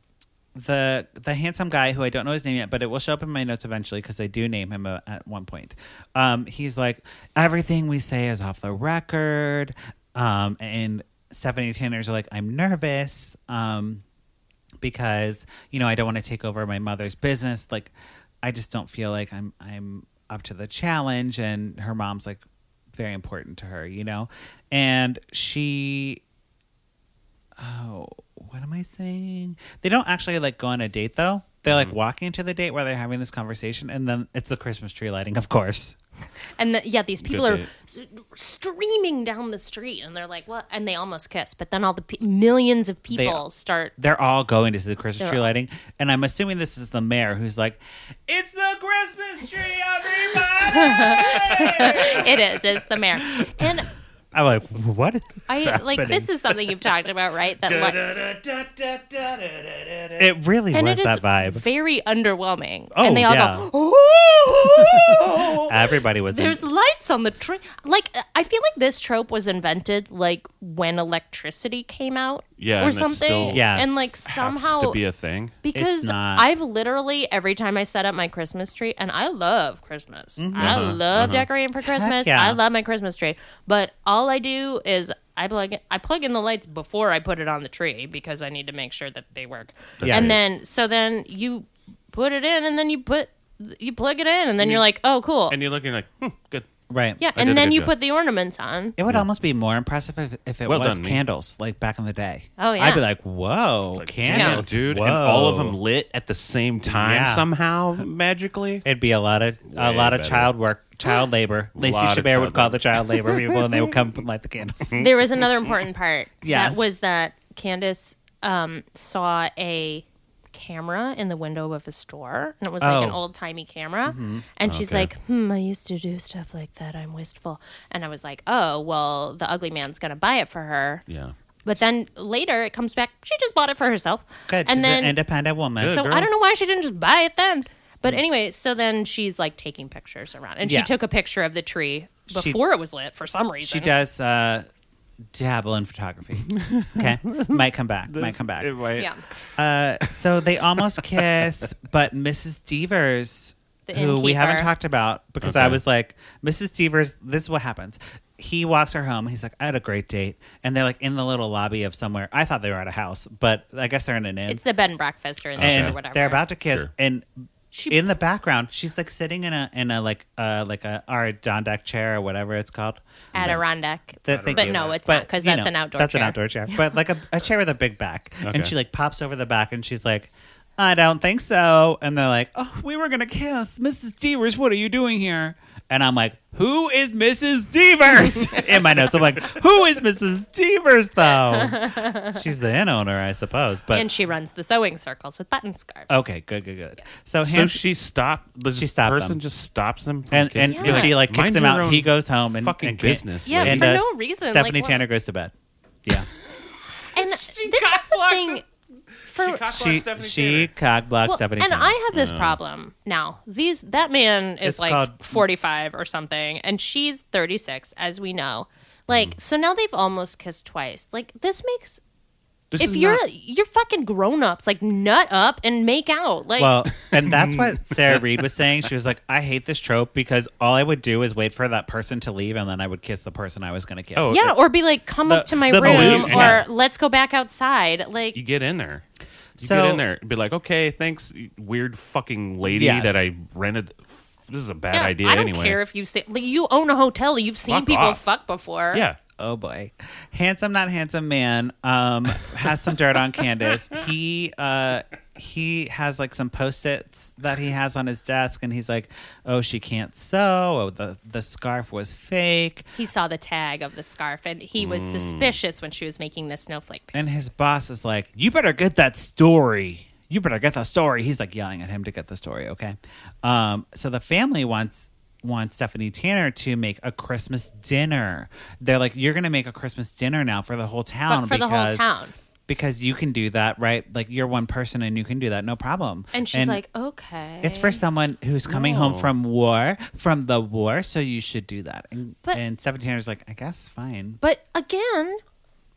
the the handsome guy who I don't know his name yet, but it will show up in my notes eventually because they do name him a, at one point. Um, he's like, everything we say is off the record, um, and seventy tanners are like, I'm nervous. Um, because you know I don't want to take over my mother's business. Like I just don't feel like I'm I'm up to the challenge. And her mom's like very important to her, you know. And she, oh, what am I saying? They don't actually like go on a date though. They're like walking to the date where they're having this conversation, and then it's the Christmas tree lighting, of course.
And the, yeah, these people
Good
are
date.
s- streaming down the street, and they're like, "What?" And they almost kiss, but then all the pe- millions of
[laughs]
people start. [laughs]
They're all going to see the Christmas
They're
tree
all-
lighting, and I'm assuming this is the mayor who's like, "It's the Christmas tree, everybody!"
it is. It's the mayor, and
I'm like, what? Is
I like this is something you've talked about, right? That
[laughs]
like,
It really
and
was
it is
that vibe.
very underwhelming.
Oh,
and they all
yeah.
go, "Ooh!"
Everybody was in.
[laughs] There's lights on the tree. Like I feel like this trope was invented like when electricity came out,
Yeah,
or
and it's
something.
still
Yes.
and like
has
Has
somehow
to be a thing.
It's
because
not.
I've literally every time I set up my Christmas tree, and I love Christmas. I love decorating for Christmas.
yeah.
I love my Christmas tree, but all I do is I plug I plug in the lights before I put it on the tree because I need to make sure that they work.
Yes.
And then so then you put it in, and then you put you plug it in, and then you're like, oh cool,
And you're looking like, hmm, good.
right.
yeah.
I did a
And then
good
you
job.
put the ornaments on.
It would almost be more impressive if, if it
Well
was
done, me.
candles, like back in the day.
Oh, yeah.
I'd be like, whoa,
Damn,
candles,
dude.
Whoa.
And all of them lit at the same time
Yeah.
somehow, magically.
It'd be a lot of a
Way
lot of
better.
child work, child labor. Lacey
Lot of
Chabert would
child
call
labor.
the child labor people, and they would come and light the candles.
there was another important part.
Yes.
That was that Candace um, saw a camera in the window of a store, and it was like an
Oh. Mm-hmm.
old timey camera. And she's
Okay.
like, "Hmm, I used to do stuff like that. I'm wistful." And I was like, "Oh, well, the ugly man's gonna buy it for her."
Yeah.
But then later it comes back. She just bought it for herself.
Good,
And
she's
then
an independent woman.
Good.
so
girl.
I don't know why she didn't just buy it then. But anyway, so then she's like taking pictures around, and
Mm. Yeah.
she took a picture of the tree before it was lit for some reason.
She does uh, dabble in
[laughs]
photography. Okay, might come back. Might come back.
Yeah.
Uh, so they
[laughs]
almost kiss, but Mrs. Devers,
The
who we
innkeeper.
haven't talked about, because I
Okay.
was like, Mrs. Devers, this is what happens. He walks her home. He's like, I had a great date. And they're like in the little lobby of somewhere. I thought they were at a house, but I guess they're in an inn.
It's a bed and breakfast or, an inn
and
or whatever.
they're about to kiss.
Sure.
And
She-
in the background, she's like sitting in a in a like uh like a Adirondack chair or whatever it's called.
Adirondack.
The- thank
but
you.
no, it's
But,
not because
you
that's
know,
an outdoor.
That's an
chair.
outdoor
[laughs]
chair, but like a, a chair with a big back.
Okay.
And she like pops over the back, and she's like, "I don't think so." And they're like, "Oh, we were gonna kiss, Mrs. Devers. What are you doing here?" And I'm like, "Who is Mrs.
[laughs]
Devers?" In my notes, I'm like, "Who is Mrs. Devers?" Though she's the inn owner, I suppose. But Uh,
And she runs the sewing circles with button scarves.
okay, good, good, good. So,
So
hand-
she stopped. The
She stopped
person
them.
just stops them. From
and and,
kissing?
and she like kicks
Mind
him
your
out.
own
He goes home and
fucking
and can't-
business.
Yeah,
lady.
And
for
uh,
no reason, like,
Stephanie
what-
Tanner goes to bed. Yeah.
And this is the thing. For
she she cock blocked
well,
Stephanie
and
Tanner.
I have this problem now. These that man is
It's
like
called-
forty-five or something, and she's thirty-six, as we know.
Mm.
Like, so now they've almost kissed twice. Like, this makes
This
if
is
you're
not-
you're fucking grown-ups, like nut up and make out. Like,
Well, and that's what Sarah Reed was saying. She was like, I hate this trope because all I would do is wait for that person to leave and then I would kiss the person I was going to kiss.
Oh,
yeah, or be like, come up
The-
to my
the
room,
balloon-
or
yeah.
let's go back outside. Like,
you get in there. You
So-
get in there. and Be like, okay, thanks, you weird fucking lady
Yes.
that I rented. This is a bad
Yeah,
idea.
I don't
anyway.
care if you say like you own a hotel. You've seen
Fuck
people
off.
fuck before.
Yeah.
Oh boy. Handsome not handsome man um has some dirt on Candace. He uh he has like some post-its that he has on his desk and he's like, "Oh, she can't sew. Oh, the the scarf was fake."
He saw the tag of the scarf and he was suspicious when she was making the snowflake. pic.
And his boss is like, "You better get that story. You better get the story." He's like yelling at him to get the story. Okay. Um, so the family wants wants Stephanie Tanner to make a Christmas dinner. They're like, "You're gonna make a Christmas dinner now for the whole town."
But for the whole
because
town.
because you can do that, right? Like you're one person and you can do that, no problem.
And she's like, okay.
it's for someone who's coming home
No.
from war, from the war, so you should do that. And,
But-
and 17 years like, I guess, fine.
But again,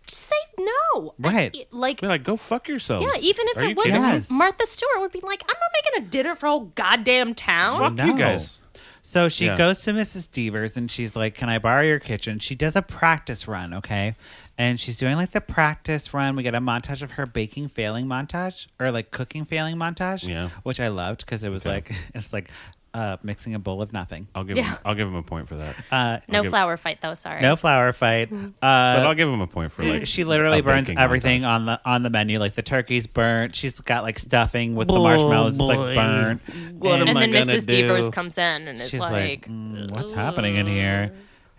just say no. I-
Right.
it- like,
Be like, go fuck yourselves.
yeah, even if
Are you
it was
kidding me?
Yes.
Martha Stewart would be like, I'm not making a dinner for a whole goddamn town.
Fuck you guys.
So she
Yeah.
goes to Mrs. Devers and she's like, Can I borrow your kitchen? She does a practice run, okay? And she's doing like the practice run. We get a montage of her baking failing montage or like cooking failing montage,
Yeah.
which I loved because it was
Okay.
like, [laughs] it was like uh, mixing a bowl of nothing.
I'll give
Yeah.
him. I'll give him a point for that.
Uh,
No
Okay.
flower fight, though, sorry.
no flower fight.
but
Uh,
I'll give him a point
[clears throat]
for like.
she literally
a
burns
baking
everything
montage.
on the on the menu. Like the turkey's burnt. She's got like stuffing with the marshmallows. It's like burnt. What
And then Mrs. Devers comes in and is
She's like,
like,
"Mm, what's happening in here?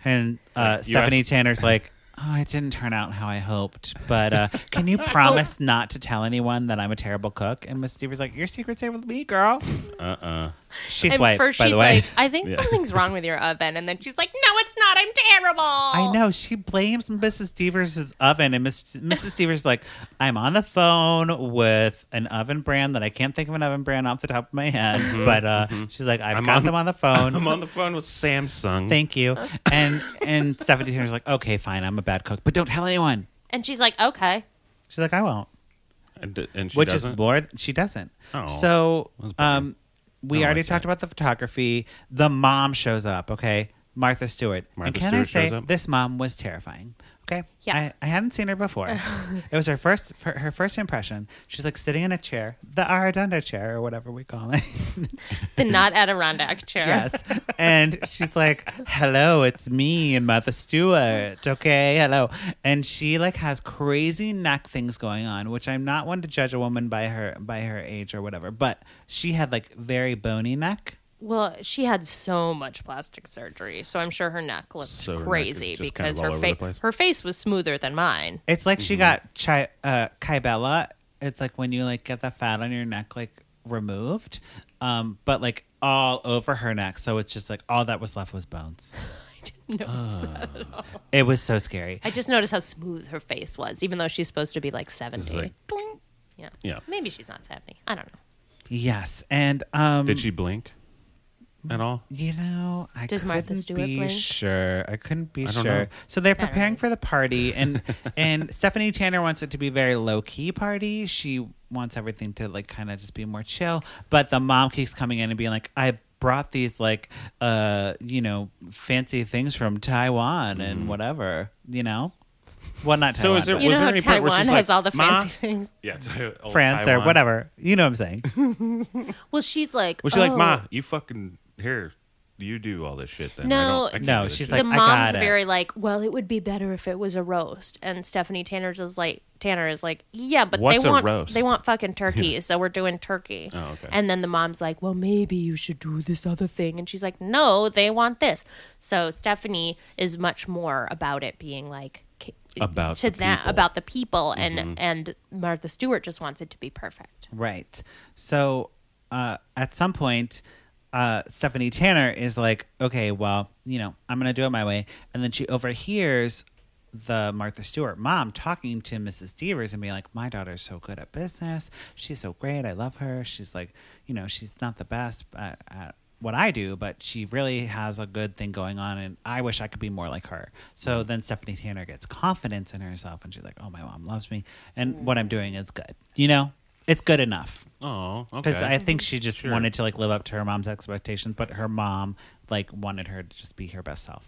And uh,
Like, you
Stephanie
asked- [laughs]
Tanner's like, oh, it didn't turn out how I hoped, but uh, can you
[laughs]
promise not to tell anyone that I'm a terrible cook? And Miss Stever's like, your secret's safe with me, girl.
Uh-uh.
She's
and
white,
first
by
she's
the way.
like, I
[laughs]
think
Yeah.
something's wrong with your oven. And then she's like, no, it's not. I'm terrible. "Oh."
I know she blames Mrs. Devers' oven, and Miss, Mrs. Devers is like, I'm on the phone with an oven brand that I can't think of an oven brand off the top of my head, but uh, she's like, I've
Mm-hmm, I'm
got
on-
them on the phone.
[laughs] I'm on the phone with Samsung.
Thank you. And and Stephanie Tanner's like, okay, fine, I'm a bad cook, but don't tell anyone.
And she's like, okay.
She's like, I won't.
and, d- and she
Which
doesn't.
is more. She doesn't.
Oh,
so
that's bad.
um, we
I
already
like
talked about the photography. The mom shows up. Okay, Martha Stewart. and
Martha
can I
Stewart
say
shows up.
this mom was terrifying? Okay.
Yeah.
I, I hadn't seen her before. it was her first her, her first impression. She's like sitting in a chair, the Arredondo chair or whatever we call it.
[laughs]
The not Adirondack chair.
yes. And she's like, "Hello, it's me and Martha Stewart." Okay, hello. And she like has crazy neck things going on, which I'm not one to judge a woman by her by her age or whatever, but she had like very bony neck.
Well, she had so much plastic surgery, so I'm sure her neck looked
So her neck is
crazy
just
because
kind of all over
her
the
face
place.
her face was smoother than mine.
It's like she got chi- uh, kybella. It's like when you like get the fat on your neck like removed, um, but like all over her neck. So it's just like all that was left was bones.
No,
It was so scary.
I just noticed how smooth her face was, even though she's supposed to be like 70.
like,
Boing. yeah.
Yeah.
Maybe she's not 70. I don't know.
Yes, and um,
Did she blink at all?
You know, I
Does
couldn't
Martha Stewart
be
blink?
sure. I couldn't be
I
sure.
don't know.
So they're
don't
preparing
know.
for the party,
[laughs]
and and Stephanie Tanner wants it to be a very low key party. She wants everything to like kind of just be more chill. But the mom keeps coming in and being like, "I brought these like uh you know fancy things from Taiwan and whatever you know." Well, not
Mm-hmm. So
Taiwan.
is there-
but
You
Was
know how
any part where
Taiwan
she's
has
like,
all the
"Ma?"
fancy things?
Yeah. to- old
France or
Taiwan.
whatever? You know what I'm saying?
Well, she's like,
Was she like,
"Oh."
Ma? You fucking here. You do all this shit. Then I
No,
don't- I can't
No,
do this
she's
shit."
like,
the
"I
mom's
got it."
very like, well, it would be better if it was a roast. And Stephanie Tanner's is like, Tanner is like, yeah, but
What's
they
a
want
roast?
they
[laughs]
want fucking turkey, so we're doing turkey.
Oh, okay.
And then the mom's like, well, maybe you should do this other thing, and she's like, no, they want this. So Stephanie is much more about it being like ca-
About
to
the
that
people. Mm-hmm.
about the people, and and Martha Stewart just wants it to be perfect.
Right. So uh, at some point, uh, Stephanie Tanner is like, okay, well, you know, I'm going to do it my way. And then she overhears the Martha Stewart mom talking to Mrs. Devers and being like, my daughter's so good at business. She's so great. I love her. She's like, you know, she's not the best at, at what I do, but she really has a good thing going on, and I wish I could be more like her. So then Stephanie Tanner gets confidence in herself, and she's like, "Oh, my mom loves me, and what I'm doing is good. You know, it's good enough."
Oh, okay.
Because I think she just
Sure.
wanted to like live up to her mom's expectations, but her mom like wanted her to just be her best self.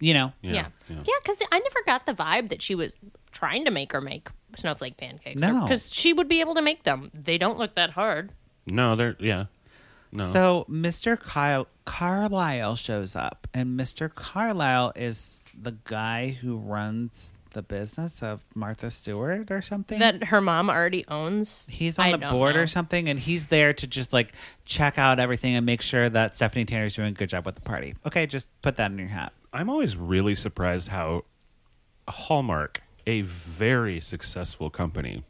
You know,
Yeah. Yeah, because I never got the vibe that she was trying to make her make snowflake pancakes.
No.
Because she would be able to make them. They don't look that hard.
No, they're yeah. No.
So Mr. Kyle Carlisle shows up, and Mr. Carlisle is the guy who runs the business of Martha Stewart or something.
That her mom already owns.
he's on
I
the
don't
board
know.
or something, and he's there to just like check out everything and make sure that Stephanie Tanner's doing a good job with the party. Okay, just put that in your hat.
I'm always really surprised how Hallmark, a very successful company,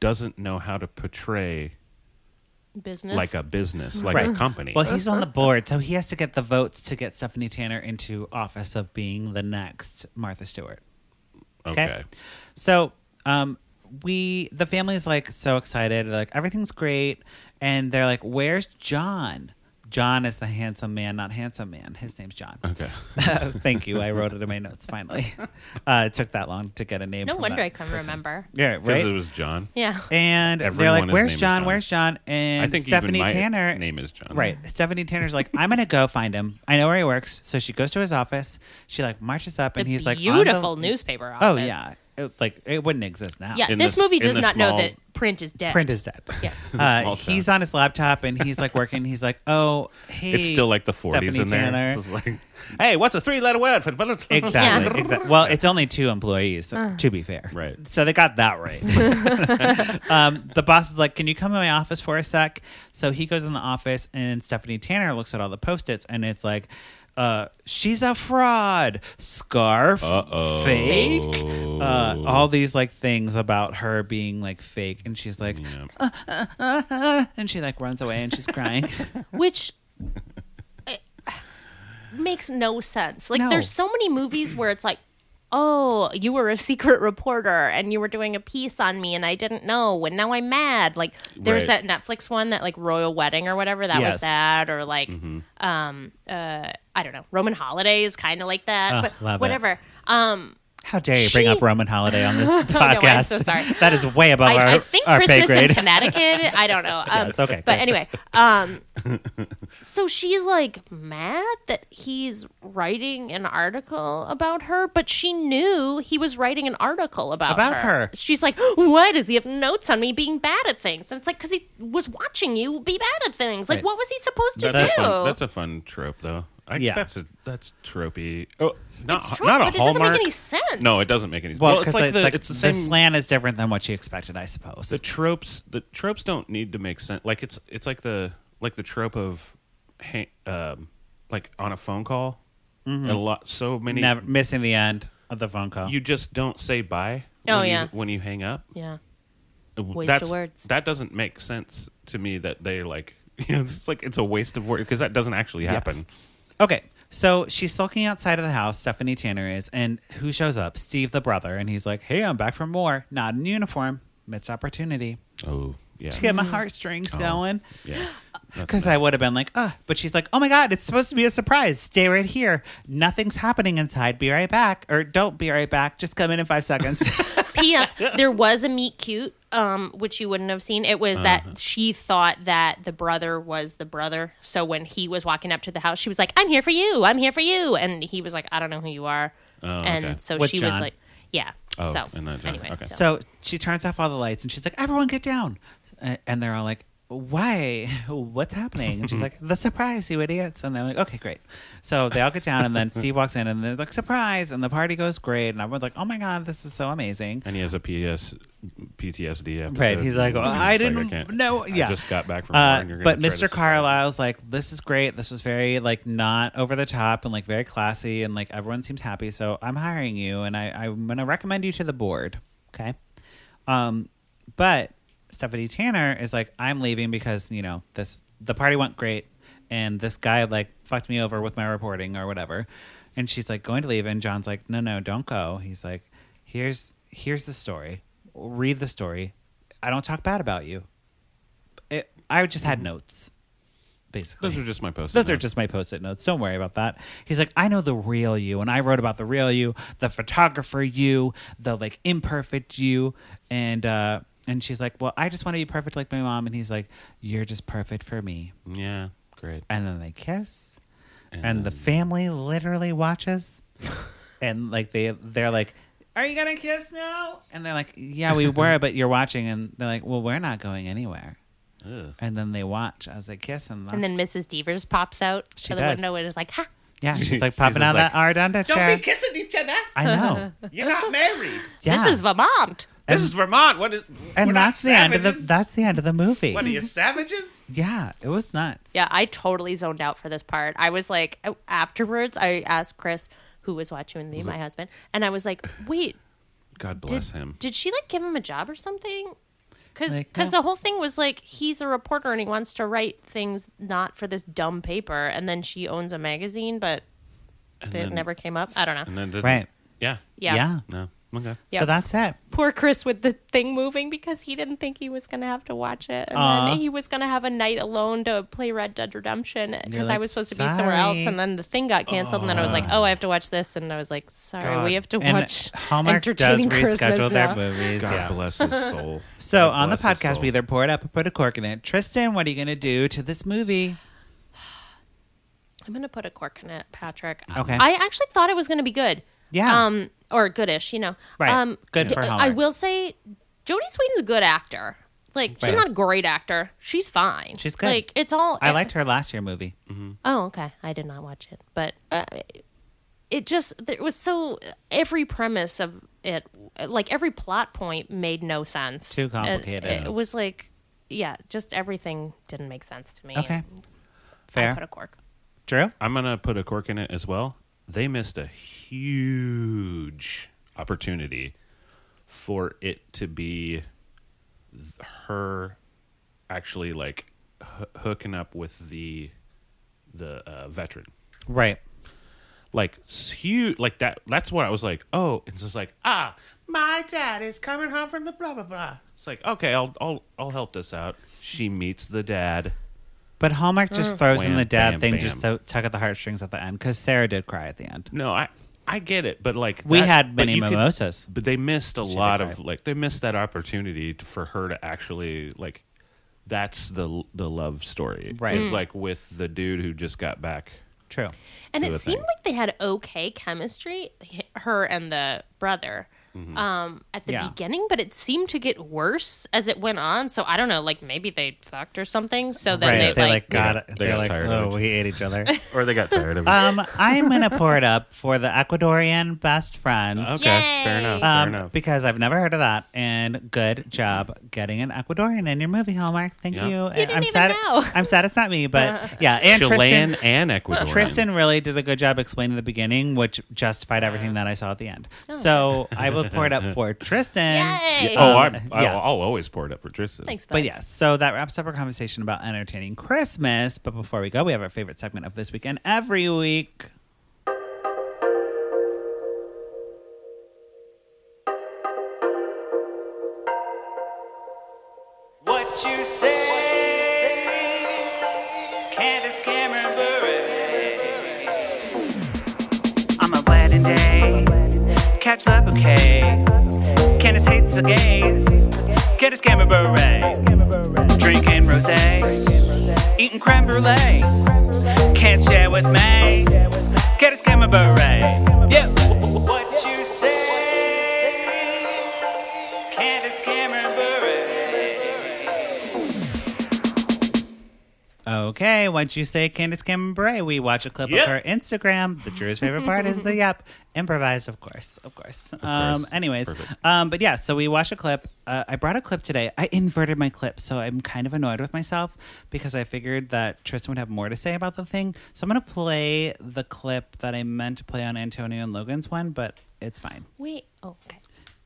doesn't know how to portray
Business.
like a business, like a company.
Well, he's
[laughs]
on the board, so he has to get the votes to get Stephanie Tanner into office of being the next Martha Stewart.
okay.
Okay. So um, we the family's like so excited. They're like everything's great, and they're like, "Where's John?" John is the handsome man, not handsome man. His name's
[laughs]
John. [laughs]
Okay.
Thank you. I wrote it in my notes. Finally, [laughs] uh, it took that long to get a name.
No
from
wonder
that
I can
person.
remember.
Yeah,
Because
right.
it was John.
Yeah.
and they're
Everyone
like,
is
"Where's
named
John?
John."
Where's John?" And
I think
Stephanie
even my
Tanner
name is John.
Right. Stephanie Tanner's like, I'm gonna go find him. I know where he works. So she goes to his office. She like marches up, and
the
he's like, on the-
beautiful newspaper office.
Oh yeah, it, like it wouldn't exist now.
Yeah,
In
this
the s-
movie
in
does
the
not know
small-
that print is dead.
print is dead.
[laughs]
Yeah.
Uh,
small
he's on his laptop and he's like working. He's like, oh, hey,
It's still like the 40s
Stephanie
in there.
Tanner.
It's like, hey, what's a three letter word
[laughs]
for.
Exactly.
Yeah. Uh.
Exactly. Well, it's only two employees, to be fair.
Right.
So they got that
[laughs]
right. um, the boss is like, "Can you come in my office for a sec?" So he goes in the office, and Stephanie Tanner looks at all the post its, and it's like, uh, "She's a fraud, scarf,
Uh-oh. Oh.
fake, uh, all these like things about her being like fake." And she's like, "Uh,
Yeah.
and she like runs away, and she's
[laughs]
crying.
which it makes no sense. Like,
No.
there's so many movies where it's like, oh, you were a secret reporter and you were doing a piece on me and I didn't know, and now I'm mad. Like, there was that
Right.
Netflix one that like Royal Wedding or whatever. That
Yes. Mm-hmm.
was that, or like, um, uh, I don't know, Roman Holiday is kind of like that,
Oh, love
but
it.
whatever. Um.
How dare you bring
She-
up Roman Holiday on
[laughs]
this podcast?
I'm so sorry.
that is way above our,
I, I think
our pay
Christmas
grade.
in Connecticut. I
[laughs]
don't know. Um,
it's okay.
But
Good.
anyway, um, so she's like mad that he's writing an article about her, but she knew he was writing an article about,
About her.
She's like, why does he have notes on me being bad at things? And it's like because he was watching you be bad at things. Like,
Right.
what was he supposed to
That's a,
do?
fun, that's a fun trope, though. I,
Yeah.
That's a that's tropey. Oh, not
It's trope,
not a
but it doesn't
hallmark.
make any sense.
No, it doesn't make any sense.
well,
it's
because
like,
it's,
the,
like
it's the
the
same.
slant is different than what she expected, I suppose.
the tropes the tropes don't need to make sense. Like it's it's like the like the trope of, ha- um, like on a phone call. A lot, so
Mm-hmm.
many.
Never missing the end of the phone call.
You just don't say bye.
Oh,
when you-
yeah.
when you hang up.
yeah. of
That's,
words.
That doesn't make sense to me. That they like, [laughs] you know, it's like it's a waste of words because that doesn't actually happen.
okay, so she's sulking outside of the house. Stephanie Tanner is, and who shows up? Steve, the brother, and he's like, "Hey, I'm back for more. Not in uniform. Missed opportunity
Oh, yeah,
to get my heartstrings going."
yeah. Oh, That's
Because I would have been like, ah, but she's like, oh my god, it's supposed to be a surprise. Stay right here. Nothing's happening inside. Be right back, or don't be right back. Just come in in five seconds.
[laughs]
[laughs]
P.S. There was a meet cute, um, which you wouldn't have seen. It was
Uh-huh.
that she thought that the brother was the brother. So when he was walking up to the house, she was like, "I'm here for you. I'm here for you," and he was like, "I don't know who you are." and
Oh, okay.
so
With
she
John.
was like, "Yeah."
Oh,
so
and then John.
anyway,
Okay.
so.
so she turns off all the lights, and she's like, everyone get down. Uh, And they're all like, why? [laughs] What's happening? And she's like, the surprise, you idiots. And they're like, okay, great. So they all get down, and then Steve walks in, and they're like, surprise. And the party goes great. And everyone's like, oh my god, this is so amazing.
And he has a PS PTSD episode.
Right, he's like,
And
"Well, I
just
didn't
can't-
know- yeah.
I just got back from
Uh,
war and you're gonna
but
try to
Mr.
surprise
Carlisle's like, this is great. This was very like not over the top and like very classy and like everyone seems happy. So I'm hiring you and I, I'm gonna recommend you to the board. Okay. Um, but Stephanie Tanner is like, I'm leaving because, you know, this the party went great and this guy like fucked me over with my reporting or whatever. And she's like going to leave and John's like, No, no, don't go. He's like, Here's here's the story. Read the story. I don't talk bad about you it, I just had notes, basically.
Mm-hmm. Those are just my posts.
Those are just my post it notes. Don't worry about that. He's like, I know the real you, and I wrote about the real you, the photographer you, the like imperfect you, and uh, and she's like, well, I just want to be perfect like my mom, and he's like, you're just perfect for me.
yeah, great.
And then they kiss, and the family literally watches, [laughs] and like they they're like. Are you gonna kiss now? And they're like, "Yeah,
[laughs]
we were, but you're watching." And they're like, "Well, we're not going anywhere."
Ugh.
And then they watch as they kiss and,
And then Mrs. Devers pops out
She
to the
does.
window and is like, "Ha."
[laughs]
yeah, she's like
She's
popping
just
out
like,
that Ardenda chair.
kissing each other.
I
[laughs]
know. [laughs]
You're not married.
Yeah.
This is Vermont.
And-
Vermont. What is?
and that's the end of the that's the end of the movie. [laughs]
you savages?
yeah, it was nuts.
Yeah, I totally zoned out for this part. I was like, oh, afterwards, I asked Chris, who was watching with me, my husband, and I was like, "Wait,
God
did,
bless him.
Did she like give him a job or something? Because
Like, no.
the whole thing was like he's a reporter and he wants to write things not for this dumb paper, and then she owns a magazine, but
And
it
then-
never came up. I don't know.
And then didn't-
Right.
Yeah.
yeah.
Yeah.
No. Okay.
Yeah.
So that's it.
Poor Chris with the thing moving because he didn't think he was going to have to watch it. And
Aw.
then he was going to have a night alone to play Red Dead Redemption because I
like,
was supposed to be somewhere else.
"Sorry."
And then the thing got canceled. And then I was like, oh, I have to watch this. And I was like, sorry, we
God.
have to
And
watch
Hallmark does
Entertaining
reschedule
Christmas
their
now.
movies.
God
yeah.
bless
[laughs]
his soul.
So
God
on the
bless his
podcast,
soul.
we either pour it up or put a cork in it. Tristan, what are you going to do to this movie?
I'm gonna put a cork in it, Patrick.
Okay.
I actually thought it was gonna be good.
Yeah.
Um, or goodish, you know.
Right.
Um,
Good
d-
for
I
Hallmark.
will say, Jodie Sweetin's a good actor. Like she's
Right.
not a great actor. She's fine.
She's good.
Like it's all.
I liked her last year movie.
Oh, okay. I did not watch it, but uh, it just it was so every premise of it, like every plot point, made no sense.
Too
And
complicated.
it was like, yeah, just everything didn't make sense to me.
Okay.
And I put a
Fair.
cork.
Drew?
I'm gonna put a cork in it as well. They missed a huge opportunity for it to be th- her actually like h- hooking up with the the uh, veteran.
Right.
Like huge, like that. That's what I was like. Oh, it's just like ah, my dad is coming home from the blah blah blah. It's like okay, I'll I'll I'll help this out. She meets the dad.
But Hallmark just
Mm.
throws in
Wham,
the dad
bam,
thing
bam.
just to tug at the heartstrings at the end because Sarah did cry at the end.
No, I I get it, but like
We
that-
had
but
many
you could-
mimosas.
but they missed a lot of
cried.
like they missed that opportunity to, for her to actually like that's the the love story.
Right.
Mm.
It's like with the dude who just got back.
True.
and
to
it
the
seemed
thing.
like they had okay chemistry h- her and the brother
Mm-hmm.
um at the
Yeah.
beginning but it seemed to get worse as it went on so i don't know like maybe they fucked or something so then
right.
they, like,
got
got-
it.
they
They're
got
like,
tired
oh,
of
we ate each
[laughs]
other.
Or they got tired of it.
um, I'm going to pour it up for the Ecuadorian best friend.
okay,
Yay.
fair enough. fair
Um,
enough.
because I've never heard of that, and good job getting an Ecuadorian in your movie, Hallmark. Thank
Yeah.
you.
You
And
didn't
I'm
even
sad.
know. [laughs] Uh.
I'm sad it's not me, but yeah. And
Chilean
Tristan,
and Ecuadorian.
Tristan really did a good job explaining the beginning, which justified everything that I saw at the end. So I will pour it up
[laughs]
for Tristan.
Oh, yay
Oh, I,
Um,
I,
yeah.
I'll always pour it up for Tristan.
thanks
But
Buzz.
yes, so that wraps up our conversation about entertaining Christmas. But before we go, we have our favorite segment of this weekend every week.
What you say, Candace Cameron Bure. On my wedding day, catch the bouquet. Candace hates the gays. Candace Cameron Bure. Drinking rosé, eating creme brulee. Can't share with me. Candace Cameron Bure. Yeah. What you say. Candace Cameron Bure.
Okay, once you say Candace Cameron Bure, we watch a clip
Yep.
of her Instagram. The Drew's favorite part is the yep. Improvised, of course, of course. um,
course.
anyways,
Perfect.
um, but yeah, so we watch a clip. Uh, I brought a clip today. I inverted my clip, so I'm kind of annoyed with myself because I figured that Tristan would have more to say about the thing. So I'm going to play the clip that I meant to play on Antonio and Logan's one, but it's fine.
wait oh, okay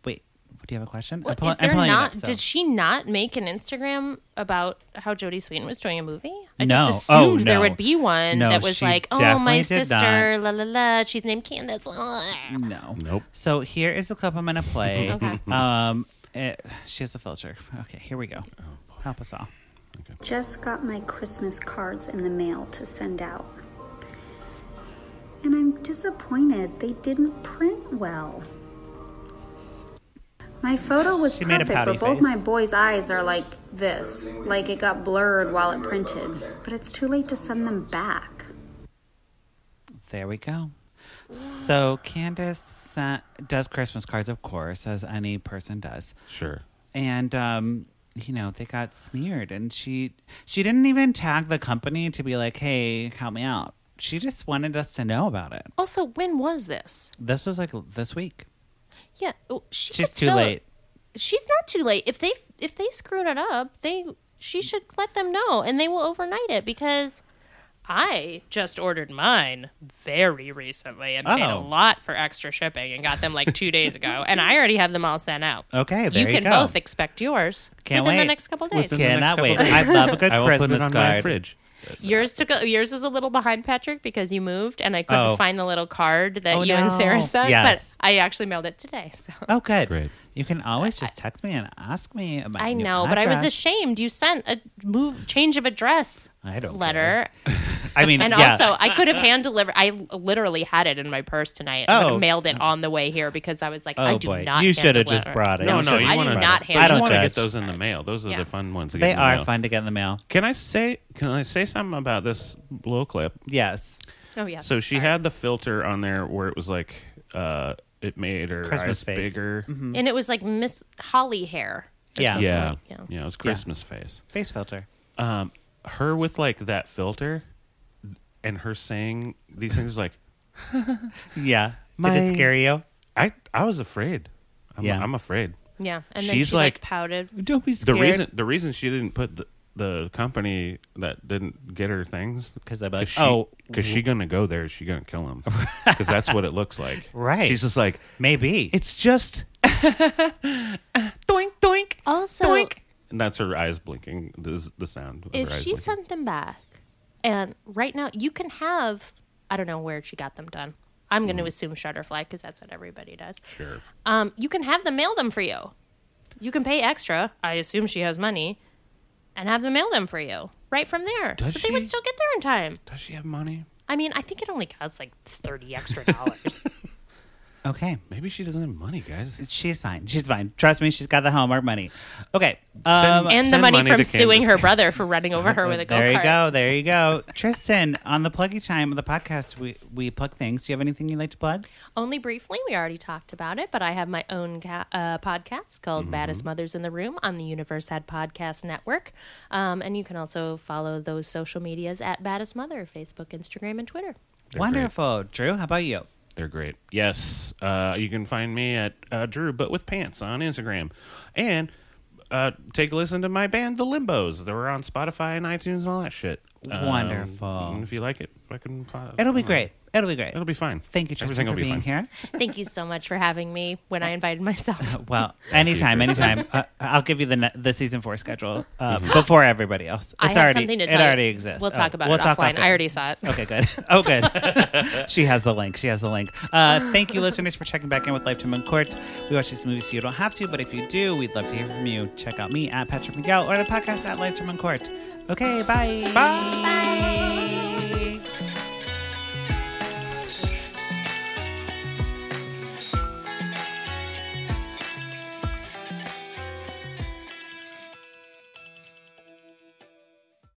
Wait, do you have a question?
well,
pull-
is there
pulling it
not
up, so-
did she not make an instagram about how jodie sweetin was doing a movie i
No.
just
Oh,
assumed there
no.
would be one
No,
that was
she
like oh my
definitely did
sister la la la she's
[laughs]
named candace
No.
Nope.
So here is the clip I'm gonna play.
[laughs] Okay.
Um, it, she has a filter. Okay, here we go.
Oh,
Help us all.
Just got my Christmas cards in the mail to send out. And I'm disappointed they didn't print well. My photo was
She made a
perfect,
pouty
but both
face.
my boys' eyes are like this, like it got blurred while it printed. But it's too late to send them back.
There we go. So Candace sent, does Christmas cards, of course, as any person does,
Sure.
and um, you know they got smeared, and she she didn't even tag the company to be like, hey, help me out. She just wanted us to know about it.
also when was this
This was like this week.
Yeah, oh, she
She's
could
too
still-
late.
She's not too late. If they if they screwed it up, they she should let them know, and they will overnight it because I just ordered mine very recently and paid a
Oh.
lot for extra shipping and got them like two
[laughs]
days ago, and I already have them all sent out.
Okay, there you,
can
go.
both expect yours
Can't
within
wait.
the next couple days.
Within the
Cannot
next
wait.
couple
I love a good
[laughs] I will
Christmas
put it on
card.
my fridge.
Yours took a, yours is a little behind Patrick because you moved and I couldn't
Oh.
find the little card that
Oh,
you and
no.
Sarah sent.
Yes.
But I actually mailed it today. So
Oh, good.
Great.
You can always just text me and ask me about.
I
your
know, but I was
address.
ashamed. You sent a move change of address
I don't [laughs]
letter,
I mean,
and
yeah.
also I could have hand delivered. I literally had it in my purse tonight. and I would
Oh.
have mailed it on the way here because I was like,
Oh
I do
boy,
not.
you
should have
just brought it.
No,
You
no,
should've
you
I
just
wanna-
do
brought
not
it.
hand.
I
I
don't
want to
judge.
get those in the mail. Those are
Yeah.
the fun ones. To get
They
in the
are
mail.
fun to get in the mail.
Can I say? Can I say something about this blow clip?
Yes.
Oh yeah.
So she had the filter on there where it was like, uh, it made her
Christmas
eyes
face.
bigger.
and it was like Miss Holly hair.
Yeah.
Yeah.
Yeah.
yeah, It was Christmas face.
Face filter.
Um, her with like that filter, and her saying these things like,
Yeah. Did
My-
it scare you?
I I was afraid. I'm,
Yeah.
I'm afraid.
Yeah, and then
She's
she like,
like-
pouted.
Don't be
The
scared.
reason the reason she didn't put the, the company that didn't get her things
'Cause they'd be like,
she,
"Oh,
because she gonna go there, she gonna kill
[laughs]
him because that's what it looks like.
Right.
She's just like
maybe [laughs]
it's just doink doink
Also,
doink, and that's her eyes blinking. This the sound. Of
if
her eyes
she
blinking.
sent them back, and right now you can have, I don't know where she got them done. I'm going to assume Shutterfly because that's what everybody does.
Mm. sure,
Um, you can have them mail them for you. You can pay extra. I assume she has money, and have them mail them for you right from there,
Does
so they would
she?
still get there in time.
does she have money?
I mean, I think it only costs like thirty extra
[laughs]
dollars.
okay.
Maybe she doesn't have money, guys.
She's fine. She's fine. Trust me, she's got the Hallmark money. Okay. Um,
and the
Send
money,
money
from
to
suing
Kansas.
her brother for running over her with
[laughs]
a go
there you
kart.
go. There you go. [laughs] Tristan, on the pluggy time of the podcast, we, we plug things. Do you have anything you'd like to plug?
Only briefly, we already talked about it, but I have my own ca- uh, podcast called
Mm-hmm.
Baddest Mothers in the Room on the Universe Had Podcast Network. Um, and you can also follow those social medias at Baddest Mother, Facebook, Instagram, and Twitter.
They're
Wonderful. Drew, how about you?
Great. They're great. Yes, uh, you can find me at uh, Drew, but with pants on Instagram, and uh, take a listen to my band, The Limbos. They're on Spotify and iTunes and all that shit. Um,
Wonderful.
If you like it, fucking. follow-
It'll be
follow.
great. It'll be great.
Mm. It'll be fine.
Thank you, Tristan,
Everything
for
will be
being
fine.
here.
Thank you so much for having me when I
[laughs]
invited myself.
Well, anytime, anytime. Uh, I'll give you the ne- the season four schedule uh, before everybody else. It's
I have
already
something to
it
tell you.
already exists.
We'll
Oh,
talk about
we'll
it
talk
offline. I
offline.
already saw it.
Okay, good. Oh,
[laughs]
good. [laughs] she has the link. She has the link. Uh, thank you, listeners, for checking back in with Lifetime in Court. We watch these movies so you don't have to, but if you do, we'd love to hear from you. Check out me at Patrick Miguel or the podcast at Lifetime in Court. Okay, bye. Bye.